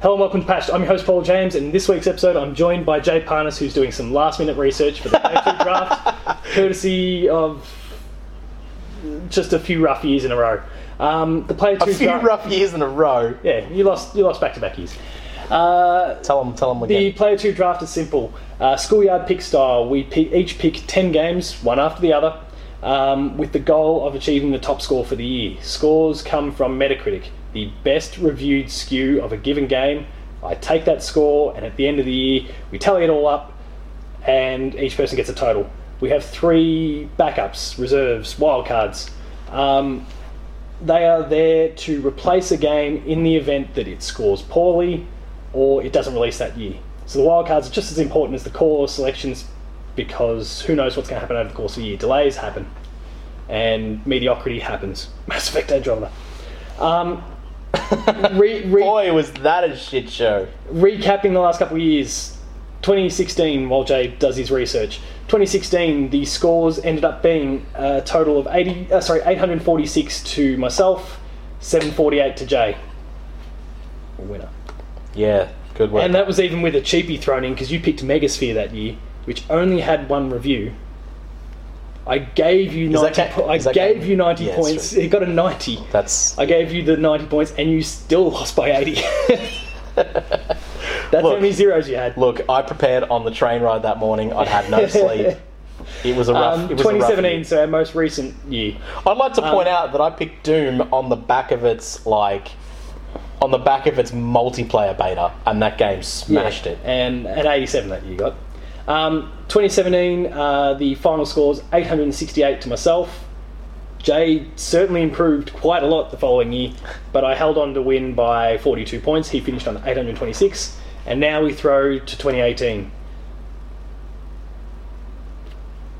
Hello and welcome to Patched. I'm your host Paul James, and in this week's episode, I'm joined by Jay Parnas, who's doing some last-minute research for the Nature draft, courtesy of just a few rough years in a row. Um, the player A two few rough years in a row. Yeah, you lost. You lost back-to-back years. Uh, Tell them, tell them the again. player two draft is simple. Uh, schoolyard pick style. We pick, each pick 10 games, one after the other, um, with the goal of achieving the top score for the year. Scores come from Metacritic, the best reviewed skew of a given game. I take that score, and at the end of the year, we tally it all up, and each person gets a total. We have three backups, reserves, wildcards. Um, they are there to replace a game in the event that it scores poorly or it doesn't release that year. So the wildcards are just as important as the core selections because who knows what's going to happen over the course of the year. Delays happen and mediocrity happens. Mass Effect Andromeda. Um, re- re- Boy, was that a shit show. recapping the last couple of years 2016 while jay does his research 2016 the scores ended up being a total of 80 uh, sorry 846 to myself 748 to jay winner Yeah, good work. and uh, that was even with a cheapie thrown in because you picked megasphere that year which only had one review i gave you 90 that ca- po- i is that gave ca- you 90 Yeah, that's points true. it got a 90 That's I gave you the 90 points and you still lost by 80. That's how Look. many zeros you had. look. I prepared on the train ride that morning. I'd had no sleep. It was a rough. Um, it was a rough 2017, year. so our most recent year. I'd like to Um, point out that I picked Doom on the back of its like, on the back of its multiplayer beta, and that game smashed it. And at 87 that you got. Um, 2017, uh, the final scores 868 to myself. Jay certainly improved quite a lot the following year, but I held on to win by 42 points. He finished on 826, and now we throw to 2018.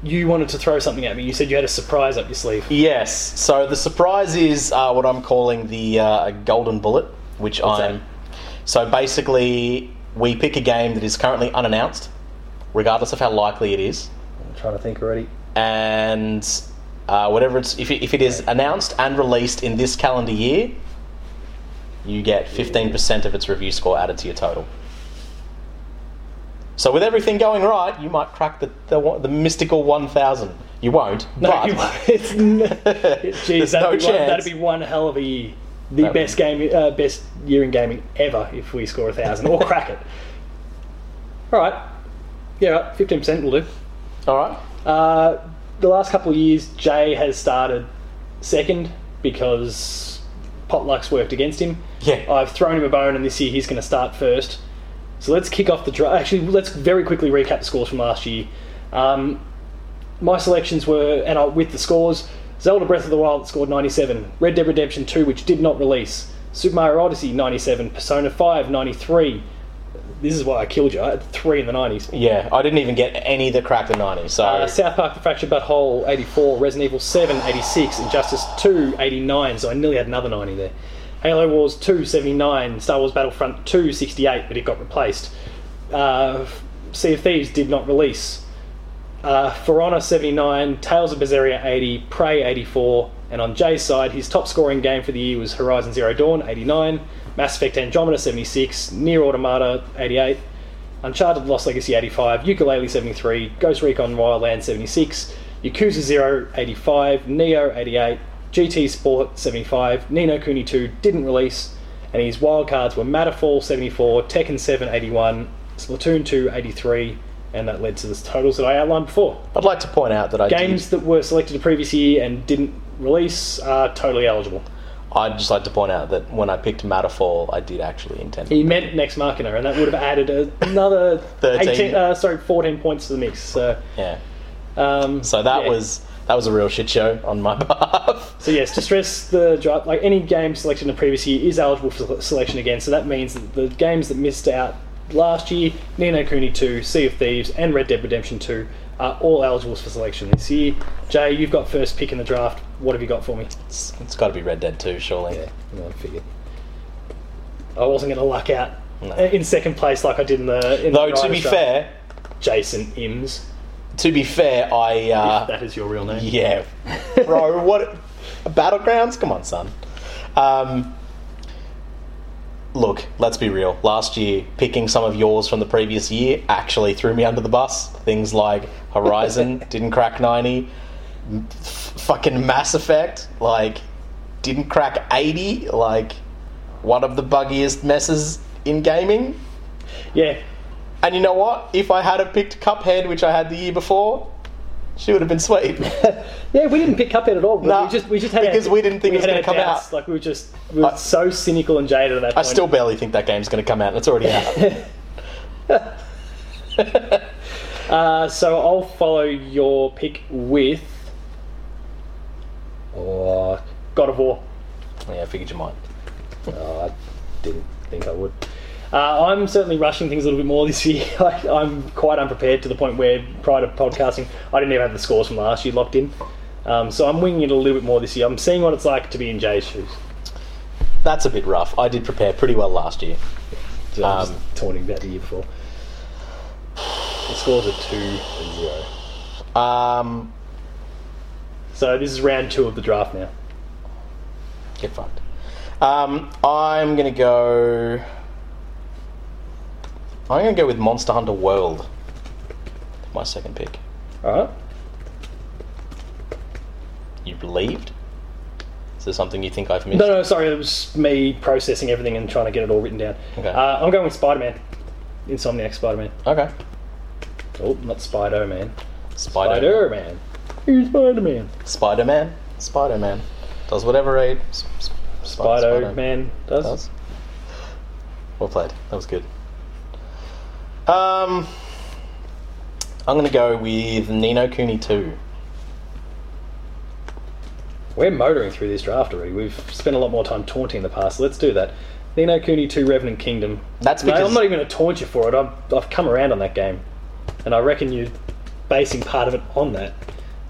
You wanted to throw something at me. You said you had a surprise up your sleeve. Yes. So the surprise is uh, what I'm calling the uh, golden bullet, which I'm. So basically, we pick a game that is currently unannounced, regardless of how likely it is, I'm trying to think already. and uh, whatever it's if it, if it is announced and released in this calendar year, you get 15% of its review score added to your total. So with everything going right, you might crack the the, one- the mystical 1,000. You won't. No, but you won't. it's n- Jeez, There's that'd, no be one, chance. that'd be one hell of a year. The That best game, uh, best year in gaming ever if we score a thousand or crack it. All right, yeah, fifteen percent will do. All right. Uh, the last couple of years, Jay has started second because potlucks worked against him. Yeah. I've thrown him a bone, and this year he's going to start first. So let's kick off the draft. Actually, let's very quickly recap the scores from last year. Um, my selections were, and I, with the scores, Zelda Breath of the Wild that scored 97, Red Dead Redemption 2, which did not release, Super Mario Odyssey 97, Persona 5 93. This is why I killed you. I had three in the 90s. Yeah, I didn't even get any that cracked the 90, so Uh, South Park The Fractured But Whole 84, Resident Evil 7 86, Injustice 2 89, so I nearly had another 90 there. Halo Wars 2 79, Star Wars Battlefront 2 68, but it got replaced. Uh, sea of Thieves did not release. Uh, For Honor 79, Tales of Berseria 80, Prey 84, and on Jay's side, his top scoring game for the year was Horizon Zero Dawn 89, Mass Effect Andromeda 76, Near Automata 88, Uncharted Lost Legacy 85, Ukulele 73, Ghost Recon Wildlands 76, Yakuza 0 85, Neo 88, GT Sport 75, Nino Kuni 2 didn't release, and his wildcards were Matterfall 74, Tekken 7 81, Splatoon 2 83, and that led to the totals that I outlined before. I'd like to point out that I Games that were selected the previous year and didn't release are totally eligible. did, I'd just like to point out that when I picked Matterfall, I did actually intend. He meant next marketer, and that would have added another 13. 18, uh, sorry, 14 points to the mix. So, Yeah. um, So that yeah. was that was a real shit show on my behalf. So yes, to stress the draft, like any game selected in the previous year is eligible for sele- selection again. So that means that the games that missed out last year, Nino Cooney 2, Sea of Thieves, and Red Dead Redemption 2, are all eligibles for selection this year. Jay, you've got first pick in the draft. What have you got for me? It's, it's got to be Red Dead 2, surely. no, I figured. I wasn't going to luck out No. in second place like I did in the. In Though the to be Irish draft. fair, Jason Ims, to be fair, I if uh, that is your real name. yeah, bro, what battlegrounds? Come on, son. Um, look, let's be real. Last year, picking some of yours from the previous year actually threw me under the bus. Things like Horizon didn't crack 90, m- f- fucking Mass Effect, like, didn't crack 80, like, one of the buggiest messes in gaming. Yeah, And you know what? If I had have picked Cuphead, which I had the year before, she would have been sweet. yeah, we didn't pick Cuphead at all. but Nah, we just we just had our- because we didn't think we it was had gonna our come out. doubts. Like we were just we were I- so cynical and jaded at that I point. still barely think that game's going to come out, and it's already out. Uh, so I'll follow your pick with oh, God of War. yeah, I figured you might. Oh, I didn't think I would. Uh, I'm certainly rushing things a little bit more this year. like, I'm quite unprepared to the point where, prior to podcasting, I didn't even have the scores from last year locked in. Um, so I'm winging it a little bit more this year. I'm seeing what it's like to be in Jay's shoes. That's a bit rough. I did prepare pretty well last year. So I was Um, taunting about the year before. The scores are 2 and 0. Um, So this is round two of the draft now. get fucked. Um, I'm gonna go. I'm gonna go with Monster Hunter World. My second pick. Uh-huh. Alright. You believed? Is there something you think I've missed? No, no, sorry. It was me processing everything and trying to get it all written down. Okay. Uh, I'm going with Spider Man. Insomniac Spider Man. Okay. Oh, not Spider Man. Spider. Spider Man. Who's Spider Man? Spider Man. Spider Man. Does whatever a sp- sp- Spider Man does. does. Well played. That was good. Um, I'm gonna go with Nino Cooney two. We're motoring through this draft already. We've spent a lot more time taunting in the past. Let's do that. Nino Cooney 2 Revenant Kingdom. That's No, because- I'm not even going to taunt you for it. I've, I've come around on that game. And I reckon you're basing part of it on that.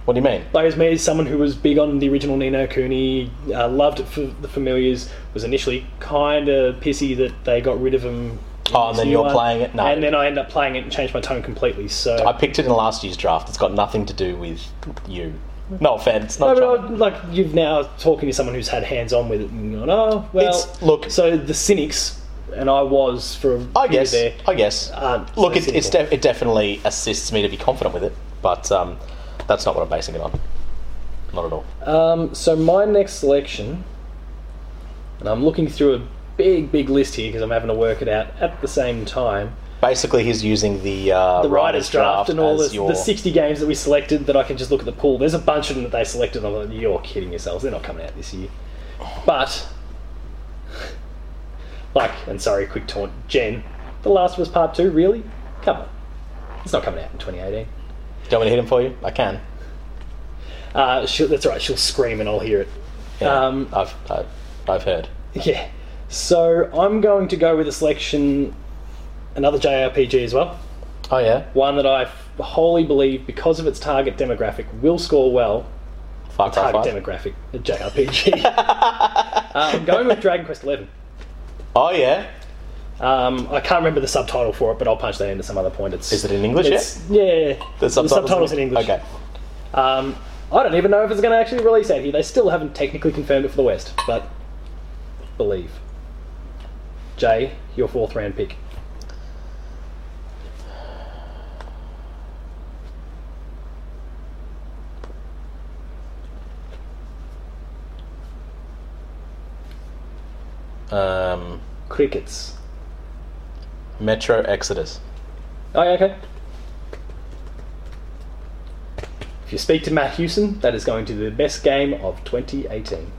What do you mean? Like, as me, as someone who was big on the original Nino Cooney, uh, loved it for the familiars, was initially kind of pissy that they got rid of him. in Oh, and this then new you're playing it? No. And then I ended up playing it and changed my tone completely. So I picked it in last year's draft. It's got nothing to do with you. No offense. No, Not but trying- I, like you've now talking to someone who's had hands on with it, and you're like, oh well. It's- look- so the cynics, and I was for a I period guess. there. I guess. aren't so Look, it, it's cynical. de- it definitely assists me to be confident with it, but um, that's not what I'm basing it on. Not at all. um, so my next selection, and I'm looking through a big, big list here because I'm having to work it out at the same time. Basically, he's using the uh, The writers' draft, and all as the, your- the 60 games that we selected that I can just look at the pool. There's a bunch of them that they selected. And I'm like, you're kidding yourselves. They're not coming out this year. But, like, and sorry, quick taunt, Jen. The Last of Us Part Two, really? Come on, it's not coming out in 2018. Do you want me to hit him for you? I can. Uh, she'll, that's right. She'll scream, and I'll hear it. Yeah, Um, I've, I've I've heard. Yeah. So I'm going to go with a selection, another JRPG as well. Oh yeah. One that I wholly believe, because of its target demographic, will score well Far Cry target Five. demographic, a JRPG. uh, I'm going with Dragon Quest Eleven. Oh yeah. Um, I can't remember the subtitle for it, but I'll punch that in at some other point. It's Is it in English it's- yeah, The subtitles, subtitles in English. Okay. Um, I don't even know if it's going to actually release out here. They still haven't technically confirmed it for the West, but believe. Jay, your fourth round pick. Um, Crickets. Metro Exodus. Oh, yeah, okay. If you speak to Matt Hewson, that is going to be the best game of 2018.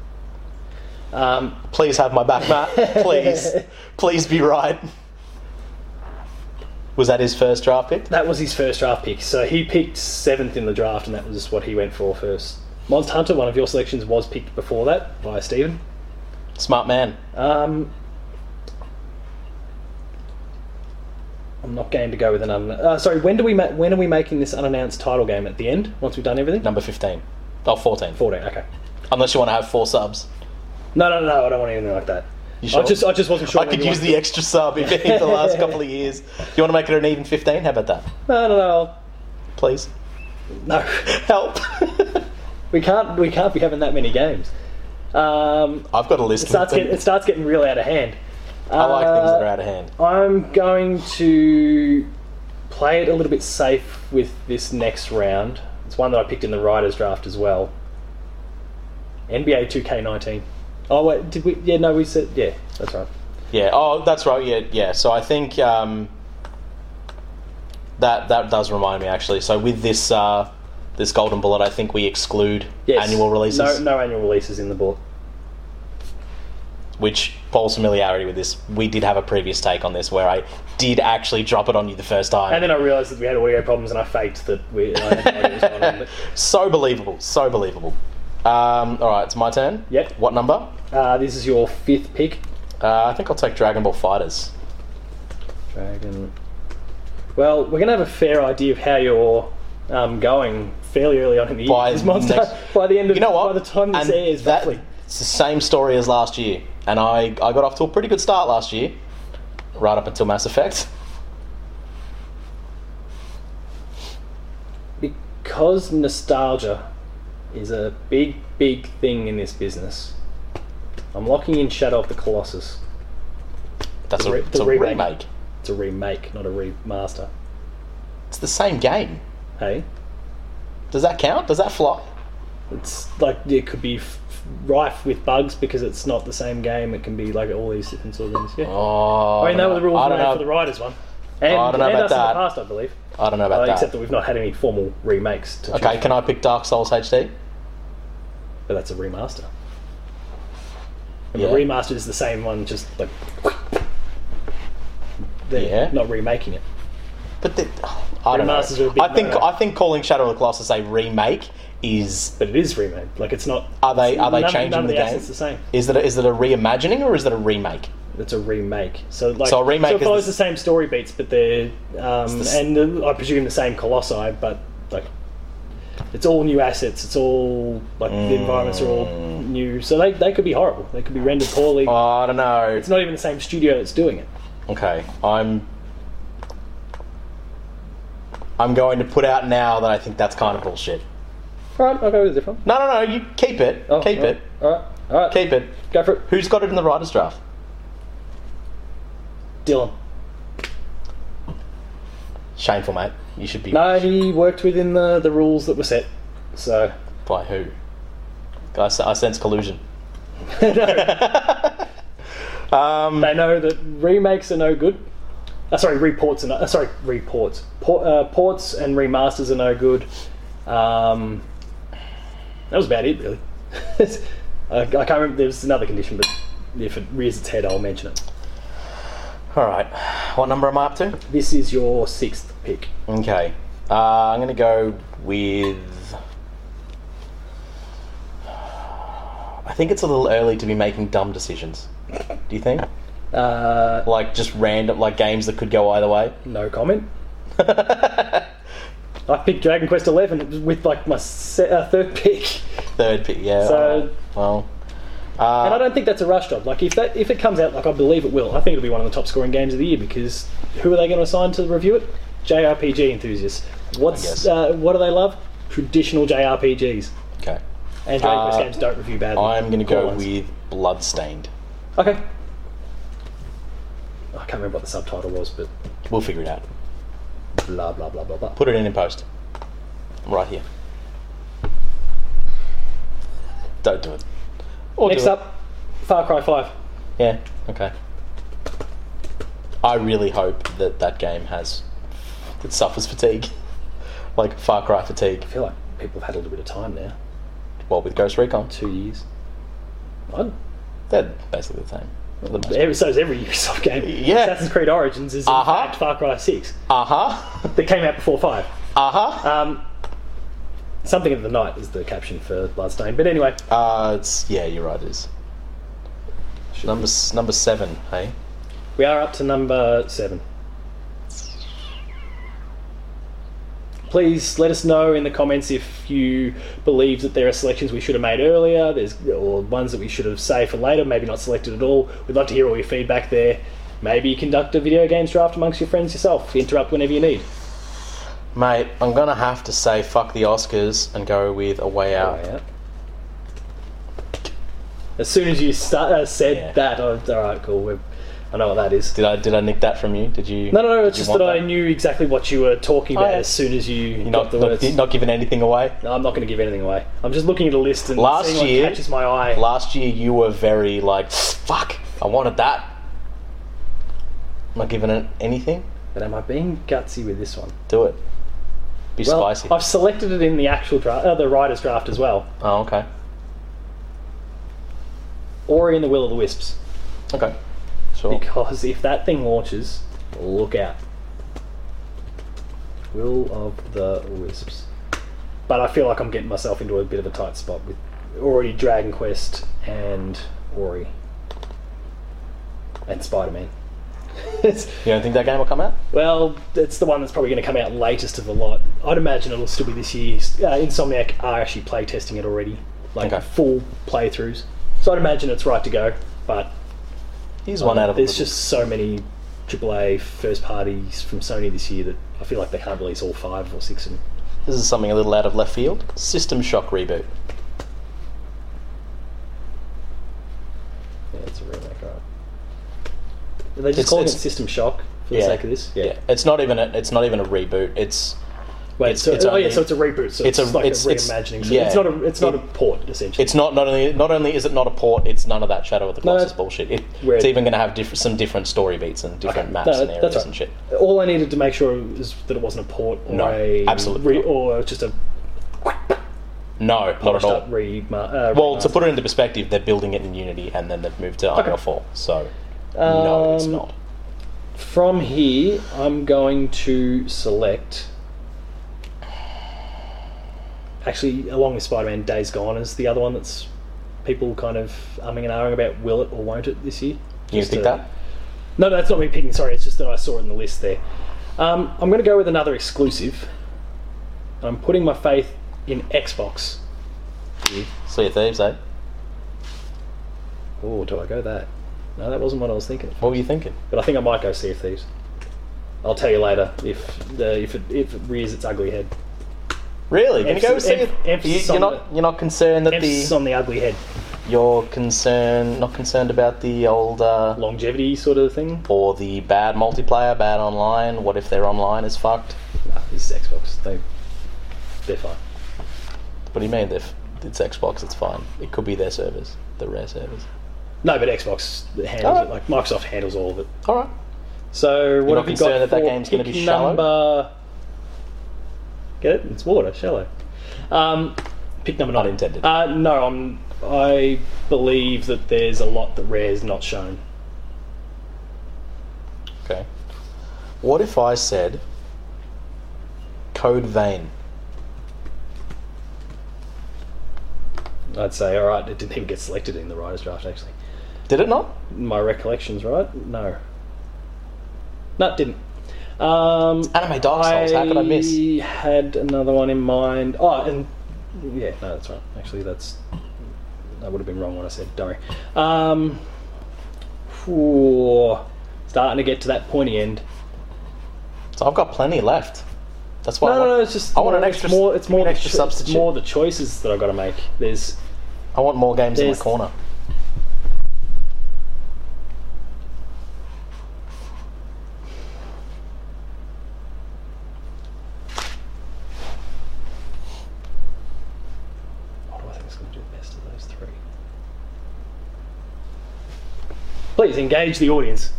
Um, Please have my back, Matt. Please, please be right. Was that his first draft pick? that was his first draft pick, so he picked seventh in the draft, and that was what he went for first. Monster Hunter, one of your selections, was picked before that by Stephen. Smart man. Um, I'm not game to go with an un. Uh, sorry, when do we ma- when are we making this unannounced title game at the end? Once we've done everything. Number 15. Oh, 14. 14, Okay. Unless you want to have four subs. No, no, no. I don't want anything like that. You sure? I just, I just wasn't sure. I could whether you use want- the extra sub if in the last couple of years. Do you want to make it an even 15? How about that? No, no, no. Please. No, Help. we can't. We can't be having that many games. Um, I've got a list. starts getting, it starts getting real out of hand. I like things that are Uh, out of hand. I'm going to play it a little bit safe with this next round. It's one that I picked in the writers draft as well. NBA 2K19. Oh wait, did we? Yeah, no, we said yeah. That's right. Yeah. Oh, that's right. Yeah, yeah. So I think um, that that does remind me actually. So with this uh, this golden bullet, I think we exclude Yes. annual No, releases, no annual releases in the bullet. which Paul's familiarity with this. We did have a previous take on this where I did actually drop it on you the first time. And then I realised that we had audio problems, and I faked that we. I had no idea what was going on, so believable. So believable. Um, all right, it's my turn. Yep. What number? but, uh, this is your fifth pick. Uh, I think I'll take Dragon Ball Fighters. Dragon. Well, we're going to have a fair idea of how you're um, going fairly early on in the year. By This monster, next- by the end of You know what? by the time this And airs, that- roughly. it's the same story as last year, and I, I got off to a pretty good start last year, right up until Mass Effect. because nostalgia is a big, big thing in this business. I'm locking in Shadow of the Colossus. That's The a, re- it's the a remake. remake. It's a remake, not a remaster. It's the same game. Hey, Does that count? Does that fly? it's like it could be f- f- rife with bugs because it's not the same game. It can be like all these different sort of things. Yeah. Oh, I mean, that was the rules I made don't know. for the writers one. And, I don't know and us about in the that. past, I believe. I don't know Uh, about except that. that we've not had any formal remakes to Okay, choose, can I pick Dark Souls HD? but that's a remaster. And Yeah. the remaster is the same one, just like they're Yeah. not remaking it. But the, I don't Remasters are a big know. I think no-no. I think calling Shadow of the Colossus a remake is But it is remade. Like it's not. are they are they none, changing none of the, the game? assets the same. Is it a, is it a reimagining or is it a remake? It's a remake. So like So a remake it is follows the- the same story beats, but they're um, the s- and the, I presume the same colossi, but like it's all new assets. It's all like the environments are all Mm. new. So they they could be horrible. They could be rendered poorly. I don't know. it's not even the same studio that's doing it. Okay, I'm. I'm going to put out now that I think that's kind of bullshit. All right, I'll go with a different. No, no, no. You keep it. Oh, keep all right, it. All right, all right. Keep it. Go for it, Who's got it in the writer's draft? Dylan. Shameful, mate. You should be No, he worked within the the rules that were set. So by who? I, se- I sense collusion. no, Um, they know that remakes are no good. Uh, sorry, reports and uh, sorry reports. Por- uh, ports and remasters are no good. Um, that was about it, really. I, I can't remember. There's another condition, but if it rears its head, I'll mention it. all right. What number am I up to? This is your sixth pick. Okay. Uh, I'm going to go with. I think it's a little early to be making dumb decisions. Do you think? Uh, Like just random, like games that could go either way. no comment. I picked Dragon Quest Eleven with like my se- uh, third pick. Third pick, yeah. So- alright. well, And I don't think that's a rush job. Like if that if it comes out, like I believe it will, I think it'll be one of the top scoring games of the year because who are they going to assign to review it? JRPG enthusiasts. What's guess. uh, what do they love? Traditional JRPGs. okay. And Dragon Quest Uh, games don't review badly. I'm going to Cool go ones. with Bloodstained. okay. I can't remember what the subtitle was, but We'll figure it out. blah blah blah blah blah. Put it in in post. I'm right here. Don't do it. Or do Next it. up, Far Cry Five. Yeah, okay. I really hope that that game has. It suffers fatigue. like Far Cry fatigue. I feel like people have had a little bit of time now. Well, with Ghost Recon, Two years. I they're basically the same. For the most Every, so is every Ubisoft game. Yeah. Assassin's Creed Origins is in Uh-huh. fact Far Cry 6 Uh huh. that came out before 5. Uh huh. Um, Something of the Night is the caption for Bloodstained. But anyway, Uh, it's. Yeah, you're right, it is. Number, s- number seven, hey? we are up to number 7. Please let us know in the comments if you believe that there are selections we should have made earlier, there's or ones that we should have saved for later, maybe not selected at all. We'd love to hear all your feedback there. Maybe conduct a video games draft amongst your friends yourself. Interrupt whenever you need. Mate, I'm gonna have to say fuck the Oscars and go with A Way Out. Oh, yeah. As soon as you uh, sta uh, said Yeah. that, I was, all right, cool. We're, I know what that is. Did I did I nick that from you? Did you? No, no, no. It's did you just that, want I knew exactly what you were talking Oh, about yeah. as soon as you You're got not, the not, words. not giving anything away. No, I'm not going to give anything away. I'm just looking at a list and Last seeing what year- catches my eye. Last year you were very like, fuck, I wanted that. I'm not giving it anything. but am I being gutsy with this one? Do it. Be Well, spicy. I've selected it in the actual draft, uh, the writer's draft as well. Oh, okay. Ori and the Will of the Wisps. Okay. Sure. Because if that thing launches, look out. Will of the Wisps. But I feel like I'm getting myself into a bit of a tight spot with already Dragon Quest and Ori. And Spider Man. You don't think that game will come out? well, it's the one that's probably going to come out latest of the lot. I'd imagine it'll still be this year. Uh, Insomniac are actually playtesting it already, like Okay. full playthroughs. So I'd imagine it's right to go, but Here's one out of. there's just so many AAA first parties from Sony this year that I feel like they can't release all five or six. And This is something a little out of left field. System Shock reboot. yeah, it's a remake, right? Are they just It's- calling it it's- System Shock for the sake of this? Yeah. It's not even a, it's not even a reboot. It's Wait, It's- so, it's oh only- yeah, so it's a reboot. So it's, it's a- like it's- a it's- reimagining. so yeah. it's not a it's not It- a port essentially. it's not not only not only is it not a port, it's none of that Shadow of the No, Colossus that's bullshit. It, weird. it's even going to have diff- some different story beats and different Okay, maps no, and that- areas that's and right. shit. All I needed to make sure is that it wasn't a port or No, a absolutely re- not. or just a No, not at all. start remar- uh, Well, remaster. to put it into perspective, they're building it in Unity and then they've moved to Unreal 4. So, no, it's Um, not. From here, I'm going to select. Actually, along with Spider-Man, Days Gone is the other one that's people kind of umming and ahhing about will it or won't it this year. You Just pick to- that? No, no, that's not me picking. Sorry, it's just that I saw it in the list there. Um, I'm going to go with another exclusive. I'm putting my faith in Xbox. See your thieves, eh? Oh, do I go that? No, that wasn't what I was thinking. What were you thinking? But I think I might go Sea of Thieves. I'll tell you later if the, if it if it rears its ugly head. Really? Can you go Emphasis- see em- it? You, emphasis you're on not the- you're not concerned that Emphasis the on the ugly head. you're concerned not concerned about the old uh, Longevity sort of thing. or the bad multiplayer, bad online. What if their online is fucked? Nah, this is Xbox. They they're fine. What do you mean? If it's Xbox, it's fine. It could be their servers, the rare servers. No, but Xbox handles Alright. it. Like Microsoft handles all of it. All right. So what Oh. not have you concerned got that that for game's gonna be pick shallow? Number... Get it? It's water, shallow. Um, pick number nine. Unintended. Uh, no, I'm. I believe that there's a lot that Rare's not shown. Okay. What if I said Code Vein? I'd say, all right, it didn't even get selected in the writers' draft. Actually, Did it not? my recollection's right. No, no, it didn't. Um, Anime Dark Souls. How could I miss? I had another one in mind. Oh, and yeah, no, that's right. Actually, that's I would have been wrong when I said. Don't worry. Um, phew, starting to get to that pointy end. So I've got plenty left. That's why No, I no, want, no. It's just I want more- an extra. It's more. It's give me more the an extra cho- it's substitute. more the choices that I've got to make. There's I want more games in my there's- corner. What do I think is going to do best of those three? Please engage the audience.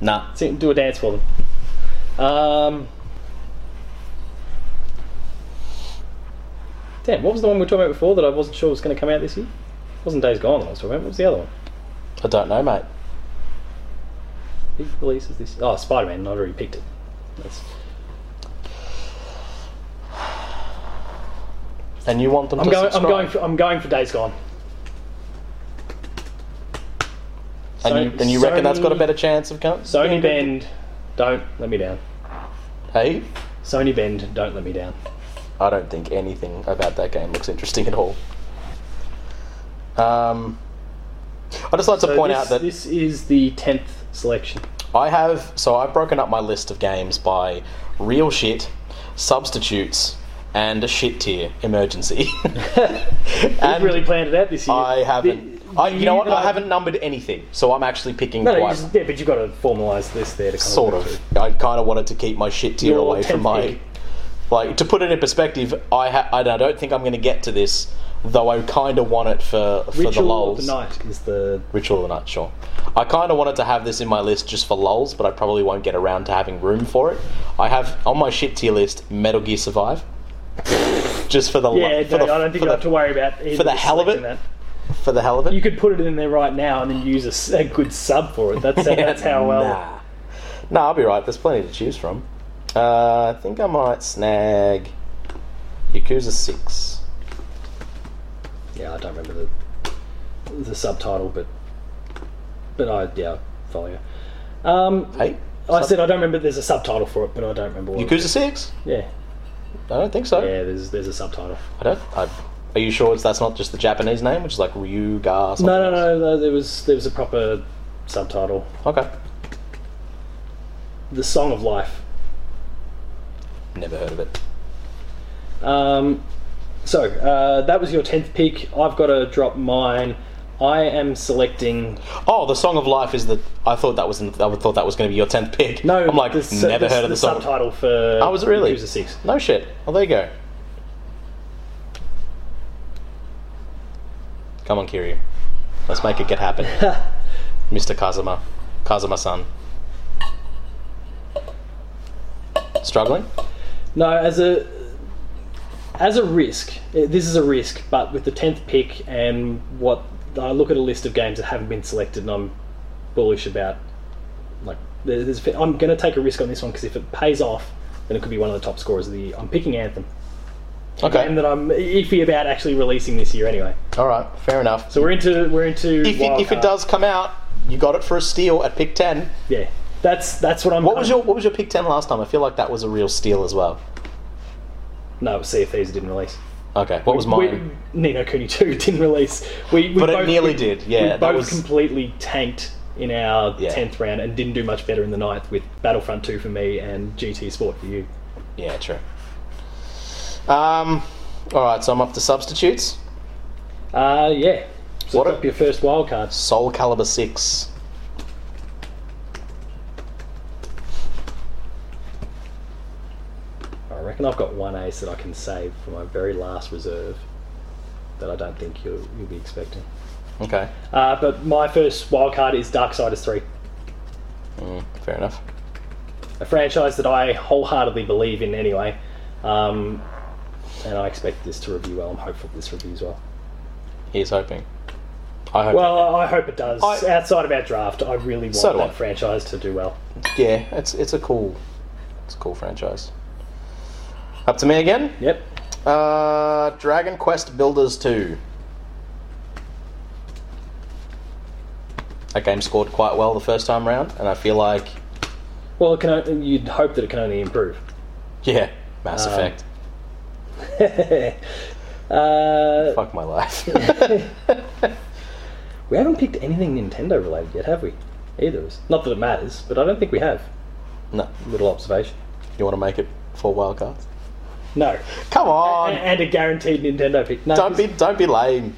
Nah. Sing- Do a dance for them. Um, damn, what was the one we were talking about before that I wasn't sure was going to come out this year? It wasn't Days Gone that I was talking about. What was the other one? I don't know, mate. Who releases this? Oh, Spider Man. I'd already picked it. That's, And you want them I'm to going. I'm subscribe. going. For, I'm going for Days Gone. and you, and you reckon that's got a Sony- better chance of coming? Sony Bend, don't let me down. Hey, Sony Bend, don't let me down. I don't think anything about that game looks interesting at all. Um, I just like to So point Uh, this, out that this is the tenth selection. I have so I've broken up my list of games by real shit, substitutes, and a shit tier emergency. We've and really planned it out this year. I haven't. Thi- I, you know what? I Right. haven't numbered anything, so I'm actually picking No, no, you quite just, yeah, but you've got to formalise this there to kind sort work of. I kind of wanted to keep my shit tier Your away from tenth my. pick. Like to put it in perspective, I ha- I don't think I'm going to get to this, though. I kind of want it for for through. the Ritual lulls. of the night is the Ritual of the night, sure. I kind of wanted to have this in my list just for lulls, but I probably won't get around to having room for it. I have on my shit tier list Metal Gear Survive, just for the lu- yeah. for no, the, I don't think for you the, have to worry about either the hell of it? selecting for the hell of it. You could put it in there right now and then use a s- a, good sub for it. That's how, that's how well. Nah. Nah, I'll be right. There's plenty to choose from. Uh, I think I might snag Yakuza 6. Yeah, I don't remember the the subtitle, but but I yeah I follow you. Um, Hey? I said I don't remember. There's a subtitle for it, but I don't remember what. it- Yakuza 6? yeah, I don't think so. yeah. There's there's a subtitle. I don't. I, are you sure it's, that's not just the Japanese name, which is like Ryuga something? No, no, else? no, no. There was there was a proper subtitle. Okay. The Song of Life. Never heard of it. Um, so uh, that was your tenth pick. I've got to drop mine. I am selecting. Oh, the Song of Life is the. I thought that was. in- I thought that was going to be your tenth pick. No, I'm like the su- never heard of the, Song. subtitle for. Oh, was it really? Yakuza Six. No shit. Well, there you go. Come on, Kiryu. Let's make it get happen. Mr. Kazuma. Kazuma san. Struggling? No, as a as a risk, eh, this is a risk. But with the tenth pick and what I look at a list of games that haven't been selected, and I'm bullish about. Like, there- there's, I'm going to take a risk on this one because if it pays off, then it could be one of the top scorers. Of the I'm picking Anthem, and Okay. that I'm iffy about actually releasing this year anyway. Alright, fair enough. So we're into we're into if it, wild if it card. does come out, you got it for a steal at pick 10. yeah, that's that's what I'm. What was your what was your pick 10 last time? I feel like that was a real steal as well. no? Sea of Thieves didn't release. Okay, what was We, mine? Nino Kuni Two didn't release. We, we But it both, nearly we- did, yeah, we that both was- completely tanked in our Yeah. tenth round and didn't do much better in the ninth with Battlefront Two for me and GT Sport for you. Yeah, true. Um, alright, so I'm up to substitutes. Uh yeah. So What what a- up your first wild card? Soul Calibur 6. I reckon I've got one ace that I can save for my very last reserve that I don't think you'll, you'll be expecting. Okay. Uh, but my first wild card is Darksiders Three. Mm, fair enough. a franchise that I wholeheartedly believe in anyway. Um, and I expect this to review well. I'm hopeful this reviews well. He's hoping. I hope. Well, I hope it does. I- Outside of our draft, I really want So do I. that franchise to do well. yeah, it's it's a cool, it's a cool franchise. Up to me again. Yep. Uh, Dragon Quest Builders 2. That game scored quite well the first time round, and I feel like Well, it can o- you'd hope that it can only improve. yeah, Mass Um, Effect. uh, Fuck my life. we haven't picked anything Nintendo related yet, have we? Either of us. Not that it matters, but I don't think we have. no, Little observation. you want to make it four wildcards? No. Come A- on, And a guaranteed Nintendo pick. No, don't be don't be lame.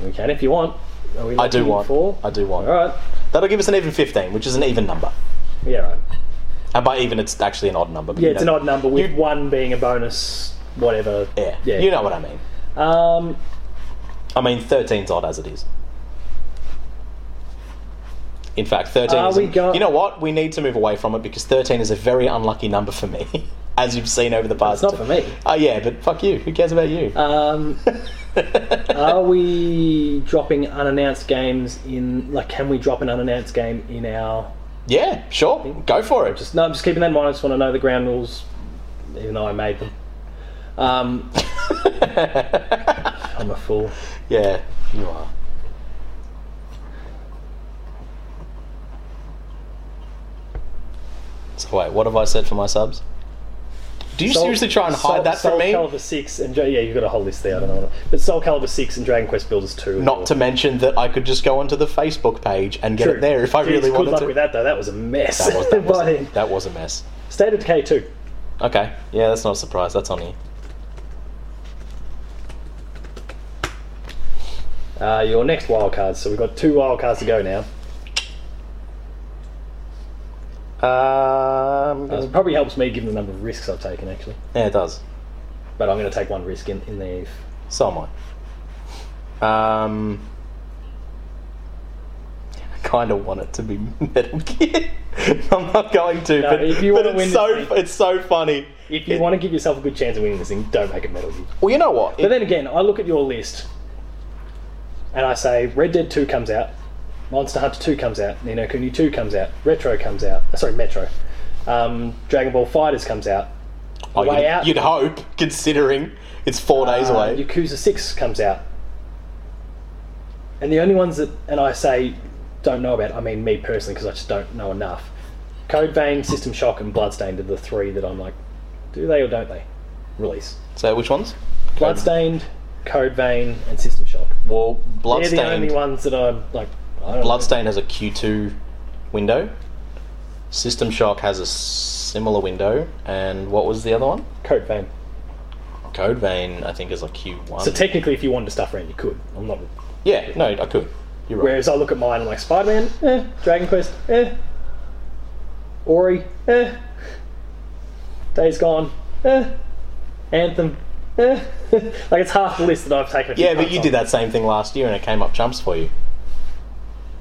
We can if you want. Are we I do looking want. for- I do All want. right. That'll give us an even 15, which is an even number. Yeah. Right. And by even, it's actually an odd number. But Yeah, you it's an know- odd number with You- one being a bonus, whatever. Yeah. Yeah. you know what I mean. Um, I mean, 13's odd as it is. In fact, 13 Are is... a- we go- you know what? We need to move away from it because 13 is a very unlucky number for me, as you've seen over the it's past... not for me. Oh, yeah, but fuck you. Who cares about you? Um, are we dropping unannounced games in? Like, can we drop an unannounced game in our? yeah, sure. Go for it. Just no. I'm just keeping that in mind. I just want to know the ground rules, even though I made them. Um, I'm a fool. Yeah, you are. So wait, what have I said for my subs? Do you Soul- seriously try and Soul- hide that Soul from me? Calibur Six and yeah, you've got a whole list there. I don't know. What, but Soul Calibur Six and Dragon Quest Builders Two. Not to mention that I could just go onto the Facebook page and get True. it there if I Jeez, really good wanted luck to. with that though. That was a mess. That was, that, was, By then. that was a mess. State of Decay Two. Okay, yeah, that's not a surprise. That's on here. Uh, your next wild cards. So we've got two wild cards to go now. Um, Uh, it probably helps me given the number of risks I've taken actually. yeah, it does. But I'm going to take one risk in, in there. If, So am I. Um, I kind of want it to be Metal Gear. I'm not going to, No, but, if you but wanna it's win this so thing- it's so funny. if you It- want to give yourself a good chance of winning this thing, don't make it Metal Gear. Well, you know what? But It- then again, I look at your list and I say Red Dead 2 comes out, Monster Hunter 2 comes out, Nino Kuni 2 comes out, Retro comes out, uh, sorry, Metro, um, Dragon Ball Fighters comes out, oh, way you'd, out. you'd hope, considering it's four days uh, away. Yakuza 6 comes out. And the only ones that, and I say don't know about, I mean me personally, because I just don't know enough. Code Vein, System Shock, and Bloodstained are the three that I'm like, do they or don't they release? So which ones? Bloodstained, Code Vein, and System Shock. Well, They're the only Bloodstained. ones that I'm like. I don't know. Bloodstained has a Q2 window. System Shock has a similar window, and what was the other one? Code vein. Code Vein, I think, is a Q1. So technically, if you wanted to stuff around, you could. I'm not. yeah, no, I could. You're right. Whereas I look at mine, I'm like Spider Man, eh. Dragon Quest, eh. Ori, eh. Days Gone, eh. Anthem, eh. like it's half the list that I've taken. a few Yeah, but punts you on. did that same thing last year and it came up chumps for you.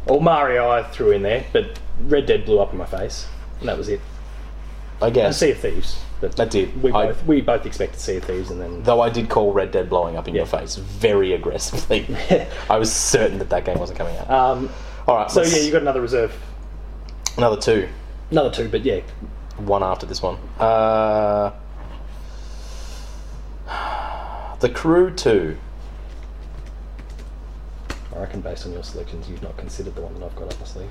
Or Mario, I threw in there, but Red Dead blew up in my face, and that was it. I And guess. Sea of Thieves. But That did. We I- both we both expected Sea of Thieves, and then Though I did call Red Dead blowing up in your Yeah. face very aggressively. I was certain that that game wasn't coming out. um. All right, So let's- yeah, you got another reserve, another two. another two, but yeah, One after this one. Uh, the Crew 2. I reckon based on your selections, you've not considered the one that I've got up my sleeve.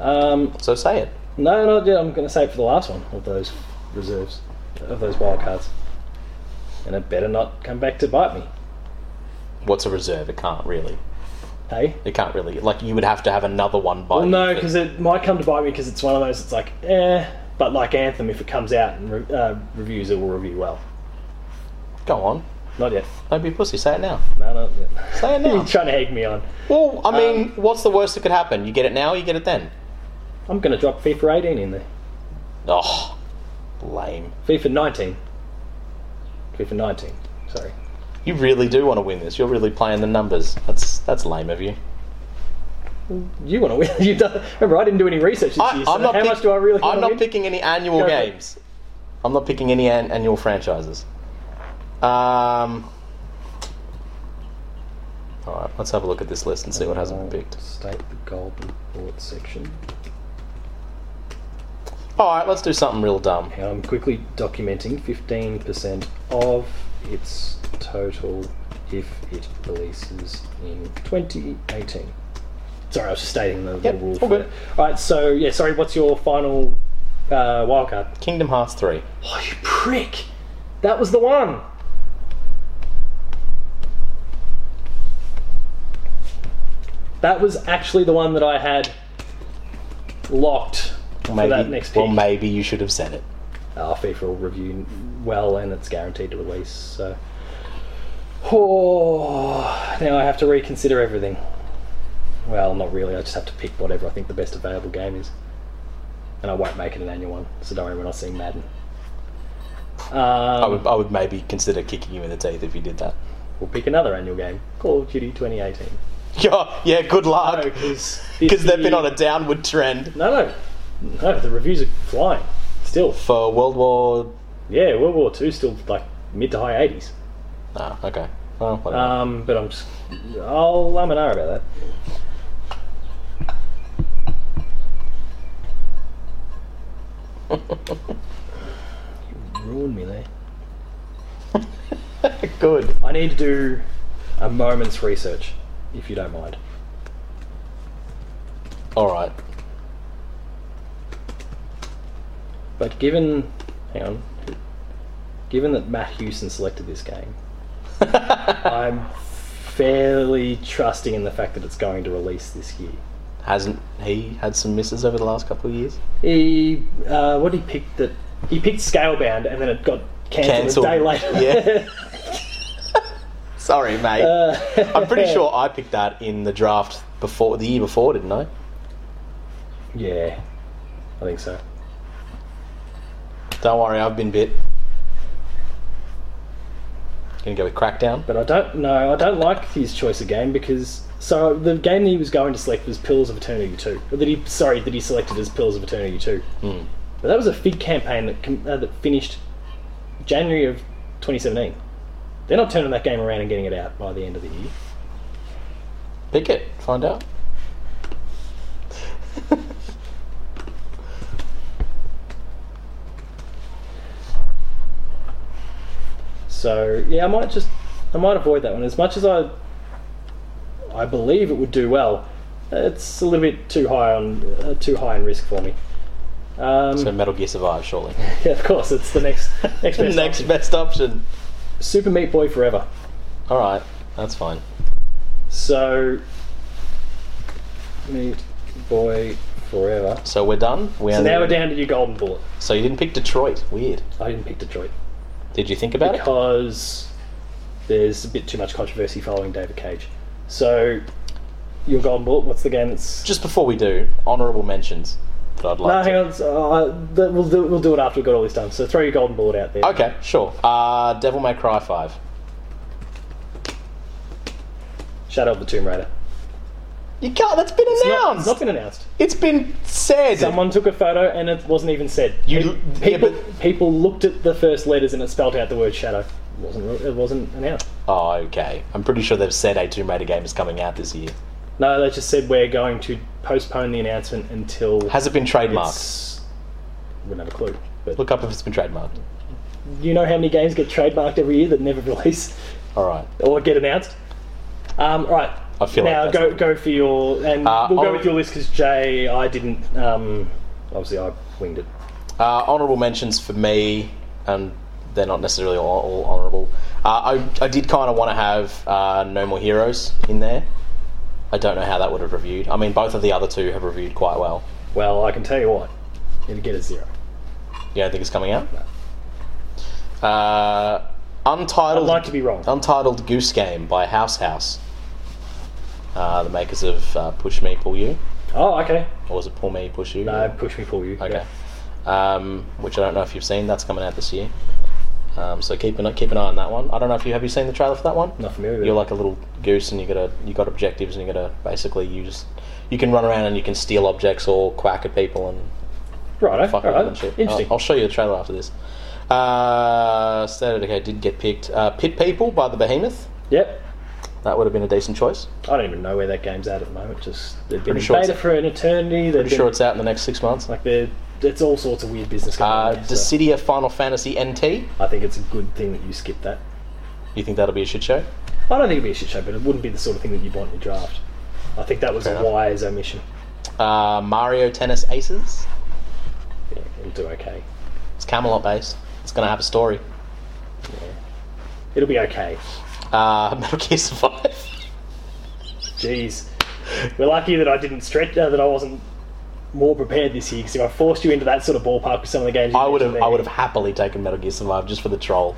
Um, So say it. no, no, yeah, I'm going to save it for the last one of those reserves, of those wild cards. And it better not come back to bite me. What's a reserve? It can't really. Hey? It can't really. Like, you would have to have another one by. Well, no, you. because it might come to bite me because it's one of those that's like, eh. But like Anthem, if it comes out and re- uh, reviews, it will review well. Go on. Not yet. Don't be a pussy. Say it now. No, not yet. Say it now. You're trying to egg me on. Well, Um, I mean, what's the worst that could happen? You get it now, you get it then. I'm going to drop FIFA 18 in there. Oh, lame. FIFA 19. FIFA 19. Sorry. You really do want to win this. You're really playing the numbers. That's that's lame of you. You want to win? You've done. Remember, I didn't do any research this I, year. So I'm not how pick- much do I really? I'm wanna not win? picking any annual Go for it. games. I'm not picking any an- annual franchises. Um. All right, let's have a look at this list and see what hasn't been picked. State the golden bullet section. All right, let's do something real dumb. And I'm quickly documenting 15% of its total if it releases in 2018. Sorry, I was just stating the, Yep, the rule. all for good. it. All right, so yeah, sorry. What's your final uh, wildcard? Kingdom Hearts three. Oh, you prick! That was the one. That was actually the one that I had locked for Maybe, that next pick. well, maybe you should have said it. Our FIFA will review well, and it's guaranteed to release. So, oh, now I have to reconsider everything. Well, not really. I just have to pick whatever I think the best available game is, and I won't make it an annual one. So don't worry, we're not seeing Madden. Um, I would, I would maybe consider kicking you in the teeth if you did that. We'll pick another annual game, Call of Duty 2018. Yeah, yeah. Good luck. Because Because they've been on a downward trend no, no, no. The reviews are flying still. for World War. Yeah, World War Two still like mid to high 80s. Ah, okay. Well, whatever. Um, but I'm just, I'll I'm an hour about that. you ruined me there. Uh, Good. I need to do a moment's research, if you don't mind. All right. But given, hang on, given that Matt Hewson selected this game, I'm fairly trusting in the fact that it's going to release this year. Hasn't he had some misses over the last couple of years? He uh, what he picked that he picked Scalebound and then it got cancelled a Cancelled. day later. Yeah. Sorry, mate. Uh, I'm pretty sure I picked that in the draft before the year before, didn't I? Yeah, I think so. Don't worry, I've been bit. Gonna go with Crackdown. But I don't know. I don't like his choice of game because so the game he was going to select was Pillars of Eternity Two. Or that he sorry that he selected as Pillars of Eternity Two. Hmm. But that was a fig campaign that com- uh, that finished January of 2017. They're not turning that game around and getting it out by the end of the year. Pick it. Find out. So yeah, I might just I might avoid that one as much as I I believe it would do well. It's a little bit too high on uh, too high in risk for me. Um, So Metal Gear Survive, surely. yeah, of course, it's the next next best Next option. best option. Super Meat Boy Forever. All right, that's fine. So Meat Boy Forever. So we're done. We So only- now we're down to your golden bullet. So you didn't pick Detroit. Weird. I didn't pick Detroit Did you think about it? because there's a bit too much controversy following David Cage. So your golden bullet. What's the game that's Just before we do, honourable mentions that I'd No, like. hang to- on. so, uh, th- we'll, do, we'll do it after we've got all this done. So throw your golden bullet out there. Okay, sure. Uh, Devil May Cry Five. Shadow of the Tomb Raider. You can't. That's been It's not, announced. it's not been announced. it's been said. Someone took a photo and it wasn't even said. You- Pe- yeah, people, but- people looked at the first letters and it spelled out the word shadow. It wasn't, it wasn't announced. Oh, okay. I'm pretty sure they've said a Tomb Raider game is coming out this year. No, they just said we're going to postpone the announcement until Has it been trademarked? it's... Wouldn't have a clue. But Look up if it's been trademarked. you know how many games get trademarked every year that never release All right. or get announced? Um, right. I feel now like that's go go for your and Uh, we'll go I'll- with your list because Jay, I didn't. Um, obviously, I winged it. Uh, honorable mentions for me, and they're not necessarily all, all honorable. Uh, I, I did kind of want to have uh, No More Heroes in there. I don't know how that would have reviewed. I mean, both of the other two have reviewed quite well. Well, I can tell you what, it'd get a zero. You don't think it's coming out? Uh, I'd Untitled. like to be wrong. Untitled Goose Game by House House, uh, the makers of uh, Push Me, Pull You, Oh, okay. or was it Pull Me, Push You? No, Uh, push me, pull you. Okay. Um, which I don't know if you've seen. That's coming out this year. Um, so keep an keep an eye on that one. I don't know if you have you seen the trailer for that one. Not familiar with You're it. like a little goose, and you got to you got objectives, and you got to basically you just you can run around and you can steal objects or quack at people and Right, fuck all with them right. and shit. Oh, Interesting. I'll, I'll show you the trailer after this. Uh, State of Decay did get picked. Uh, Pit People by the Behemoth. Yep. That would have been a decent choice. I don't even know where that game's at at the moment. Just they've been Pretty in sure beta it's- for an eternity. They've Pretty been sure it's out in the next six months. like they're it's all sorts of weird business going Uh, on. there, so Dissidia Final Fantasy NT. I think it's a good thing that you skipped that. You think that'll be a shit show? I don't think it'd be a shit show, but it wouldn't be the sort of thing that you'd want in your draft. I think that was Fair a enough. wise omission. Uh, Mario Tennis Aces. Yeah, it'll do okay. It's Camelot based. It's going to have a story. It'll be okay. Uh, Metal Gear Survive. Jeez, we're lucky that I didn't stretch uh, that I wasn't more prepared this year. Because if I forced you into that sort of ballpark with some of the games, you I would have. mentioned I would have happily taken Metal Gear Survive just for the troll.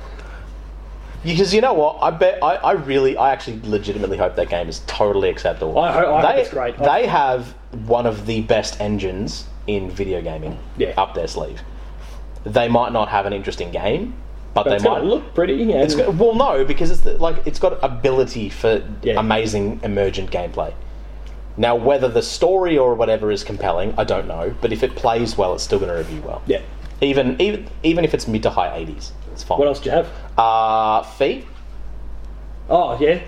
Because you know what, I bet I, I really, I actually legitimately hope that game is totally acceptable. I ho- I hope they, it's great. They have one of the best engines in video gaming Yeah. up their sleeve. They might not have an interesting game, but, there. It's they might gonna look pretty. And It's got, well, no, because it's the, like it's got ability for Yeah. amazing emergent gameplay. Now, whether the story or whatever is compelling, I don't know. But if it plays well, it's still going to review well. yeah. Even even even if it's mid to high eighties, it's fine. What else do you have? Uh, fee. Oh yeah,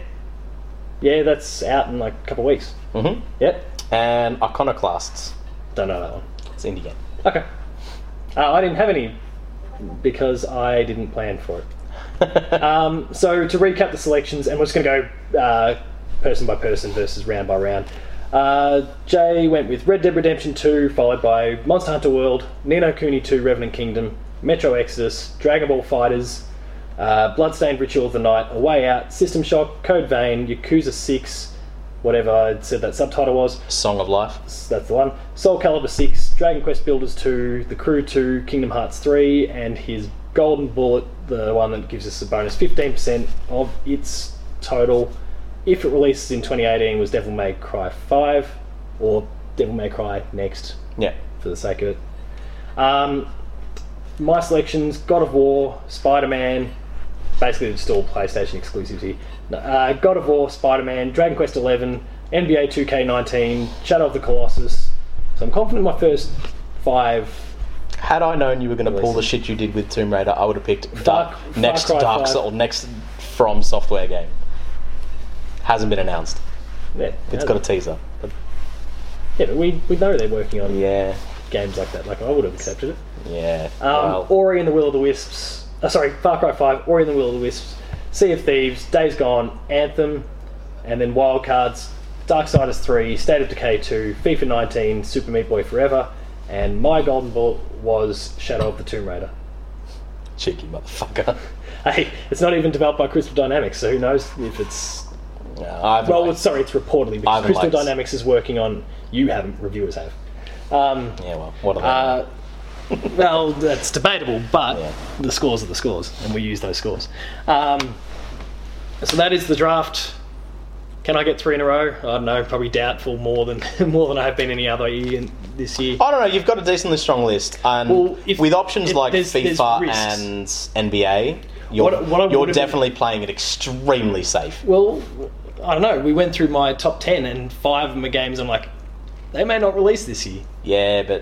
yeah. That's out in like a couple of weeks. hmm Yep. And iconoclasts. Don't know that one. It's indie game. Okay. Uh, I didn't have any because I didn't plan for it. um, so to recap the selections, and we're just going to go uh, person by person versus round by round. Uh, Jay went with Red Dead Redemption 2, followed by Monster Hunter World, Nino Cooney 2, Revenant Kingdom, Metro Exodus, Dragon Ball Fighters, uh, Bloodstained Ritual of the Night, A Way Out, System Shock, Code Vein, Yakuza 6, whatever I said that subtitle was, Song of Life. that's the one. Soul Calibur 6, Dragon Quest Builders 2, The Crew 2, Kingdom Hearts 3, and his Golden Bullet, the one that gives us a bonus 15% of its total. If it releases in 2018, was Devil May Cry 5 or Devil May Cry next Yeah. for the sake of it. Um, my selections: God of War, Spider Man. Basically, it's all PlayStation exclusives here. No, Uh, God of War, Spider Man, Dragon Quest Eleven, NBA 2K19, Shadow of the Colossus. So I'm confident my first five. Had I known you were going to pull the Releases. shit you did with Tomb Raider, I would have picked Far- Dark, Far next Cry Dark five. Soul or next From Software game. Hasn't been announced. Yeah, It's got a teaser. But yeah, but we, we know they're working on yeah, games like that. Like I would have accepted it. yeah. Um, well, Ori and the Will of the Wisps. Uh, sorry, Far Cry 5, Ori and the Will of the Wisps, Sea of Thieves, Days Gone, Anthem, and then Wildcards, Darksiders 3, State of Decay 2, FIFA 19, Super Meat Boy Forever, and my golden bullet was Shadow of the Tomb Raider. cheeky motherfucker. Hey, it's not even developed by Crystal Dynamics, so who knows if it's. Yeah, I haven't Well, liked- it's, sorry, it's reportedly because I've Crystal liked- Dynamics is working on. You haven't, reviewers have. Um, yeah, well, what are they? Uh, well, that's debatable, but Yeah. the scores are the scores, and we use those scores. Um, so that is the draft. Can I get three in a row? I don't know. Probably doubtful more than more than I have been any other year this year. I don't know. You've got a decently strong list, and Well, if- with options if like there's- there's FIFA risks. and NBA, you're, What- what I you're would've been- definitely playing it extremely safe. Well, I don't know. We went through my top ten, and five of them are games I'm like, they may not release this year. Yeah, but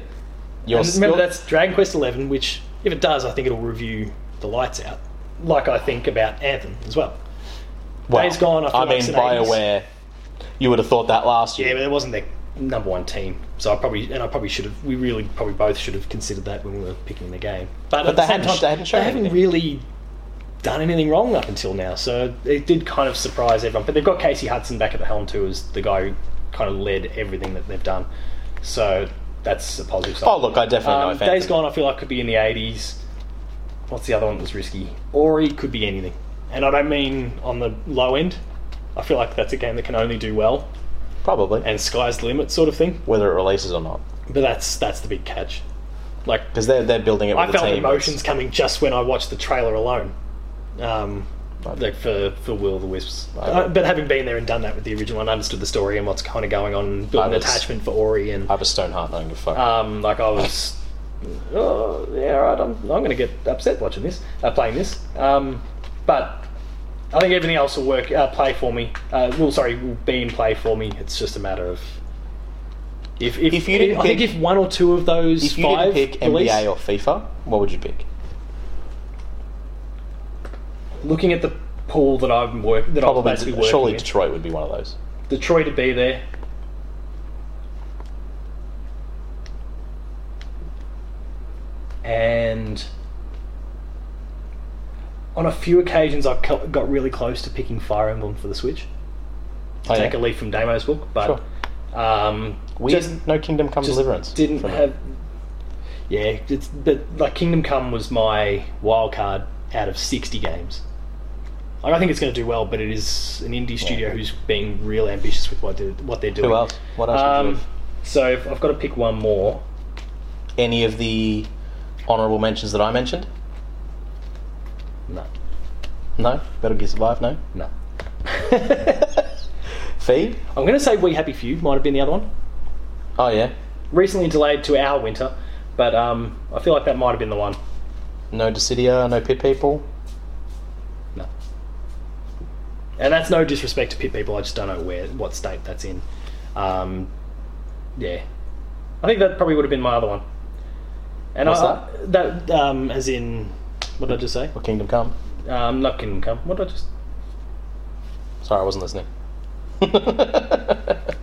you're And remember, you're- that's Dragon Quest Eleven, which if it does, I think it'll review the lights out, like I think about Anthem as well. well, Days Gone, I feel I like mean, it's an 80s. Bioware. You would have thought that last Yeah, but year. it wasn't their number one team. So I probably and I probably should have. We really probably both should have considered that when we were picking the game. But, at they the same hadn't- time, they hadn't shown haven't anything. really done anything wrong up until now. So it did kind of surprise everyone. But they've got Casey Hudson back at the helm too, as the guy who kind of led everything that they've done. So that's a positive sign. oh look, I definitely know. um, if Days Anthony- Gone, I feel like could be in the eighties. What's the other one that was risky? Ori could be anything, and I don't mean on the low end. I feel like that's a game that can only do well probably, and sky's the limit sort of thing. whether it releases or not, But that's that's the big catch. Like because they're they're building it. With I a felt team. emotions coming just when I watched the trailer alone. Um, Right. like for for Will of the Wisps. I- Uh, but having been there and done that with the original, and understood the story and what's kind of going on, and built I an was- attachment for Ori, and I have a stone heart. I don't give a fuck. um, like I was. Oh yeah, all right. I'm I'm going to get upset watching this, uh, playing this. Um, but I think everything else will work, uh, play for me. Uh, well, sorry, will be in play for me. It's just a matter of if if, If you didn't I think pick- if one or two of those if you five didn't pick release- NBA or FIFA, what would you pick? looking at the pool that I've been work that I've Probably, basically working surely with, Detroit would be one of those. Detroit would be there. And on a few occasions, I've co- got really close to picking Fire Emblem for the Switch. Oh, yeah. Take a leaf from Damo's book, but um, Weird, just no Kingdom Come just Deliverance. Didn't from it. have. Yeah, it's but like Kingdom Come was my wild card out of sixty games. Like, I think it's going to do well, but it is an indie studio who's being real ambitious with what they're, what they're doing. Who else? What else? would you Um, have? so if I've got to pick one more. Any of the honourable mentions that I mentioned? No, No. Better Gear Survive. No. no. Feed. I'm going to say We Happy Few might have been the other one. Oh yeah. Recently delayed to our winter, but um, I feel like that might have been the one. No Dissidia. No Pit People. No. And that's no disrespect to pit people. I just don't know where, what state that's in. Um, yeah, I think that probably would have been my other one. And What's I, that? um, as in, what did I just say? Or Kingdom Come. Um, not Kingdom Come. What did I just? Sorry, I wasn't listening.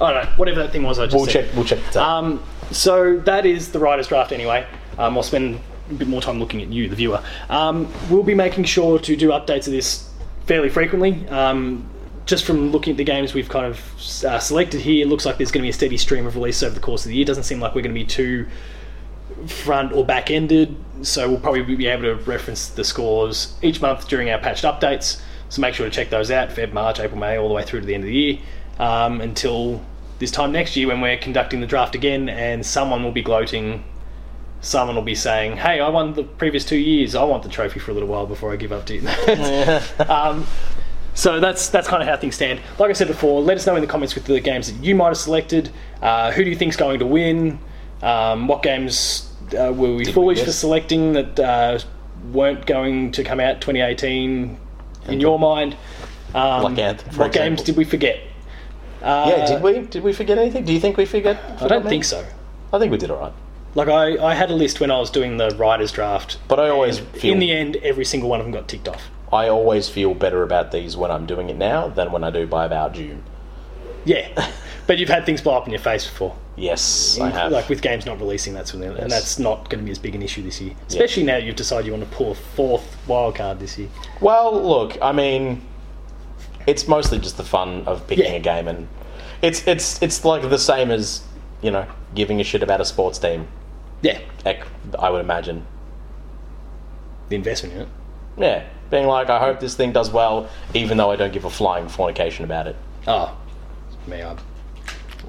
I don't know. Whatever that thing was, I just we'll said. check. We'll check. That. Um, so that is the writer's draft anyway. Um, I'll spend a bit more time looking at you, the viewer. Um, we'll be making sure to do updates of this fairly frequently. Um, just from looking at the games we've kind of uh, selected here, it looks like there's going to be a steady stream of releases over the course of the year. Doesn't seem like we're going to be too front or back ended, so we'll probably be able to reference the scores each month during our patched updates. So make sure to check those out Feb, March, April, May, all the way through to the end of the year um, until this time next year when we're conducting the draft again and someone will be gloating someone will be saying, "Hey, I won the previous two years. I want the trophy for a little while before I give up to you." um, so that's that's kind of how things stand. Like I said before, let us know in the comments with the games that you might have selected. Uh, who do you think's going to win? Um, what games uh, were we Did we foolish miss? for selecting that uh, weren't going to come out 2018 in your mind? Um, Like Anthem, for what example. games did we forget? Uh, yeah, did we? Did we forget anything? Do you think we forget? I don't think so. I think we did all right. Like I, I had a list when I was doing the writers draft, But I always feel in the end, every single one of them got ticked off. I always feel better about these when I'm doing it now than when I do by about June. Yeah, but you've had things blow up in your face before, Yes, I have. like with games not releasing. That's when, and that's not going to be as big an issue this year, especially now you've decided you want to pull a fourth wild card this year. Well, look, I mean, it's mostly just the fun of picking Yeah. a game, and it's it's it's like the same as you know giving a shit about a sports team. Yeah, Ec- I would imagine, the investment in it. yeah, being like, I hope this thing does well, even though I don't give a flying fornication about it. Oh, me, I'm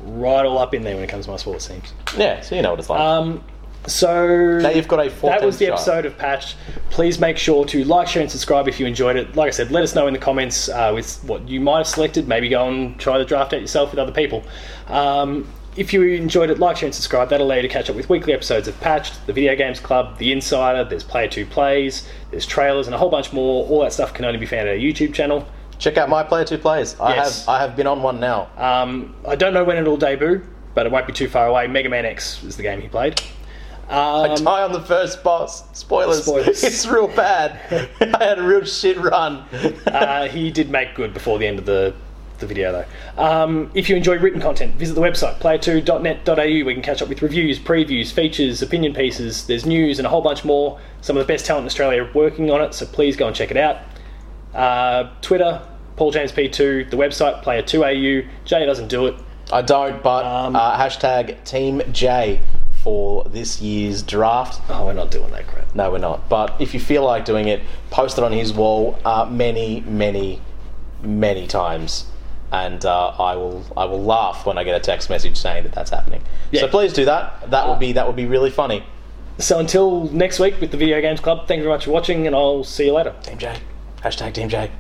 right all up in there when it comes to my sports teams. Yeah, so you know what it's like. Um, so now you've got a four. that was the episode of Patch. Please make sure to like, share, and subscribe if you enjoyed it. Like I said, let us know in the comments uh, with what you might have selected. Maybe go and try the draft out yourself with other people. Um, if you enjoyed it, like, share, and subscribe. That'll allow you to catch up with weekly episodes of Patched, the Video Games Club, The Insider, there's Player 2 Plays, there's trailers, and a whole bunch more. All that stuff can only be found at our YouTube channel. Check out my player two plays. I Yes. have I have been on one now. Um, I don't know when it'll debut, but it won't be too far away. Mega Man X is the game he played. Um, Die on the first boss. Spoilers. Spoilers. It's real bad. I had a real shit run. uh, he did make good before the end of the, the video, though. Um, if you enjoy written content, visit the website player2.net.au where you can catch up with reviews, previews, features, opinion pieces. There's news and a whole bunch more. Some of the best talent in Australia are working on it, so please go and check it out. Uh, Twitter, Paul James P2, the website player2au. Jay doesn't do it. I don't, but Um, uh, hashtag Team J for this year's draft. Oh, we're not doing that crap. No, we're not. But if you feel like doing it, post it on his wall uh, many, many, many times, and uh, I will I will laugh when I get a text message saying that that's happening. Yeah. So please do that. That would be that would be really funny. So until next week with the Video Games Club, thank you very much for watching, and I'll see you later. Team J, hashtag Team J.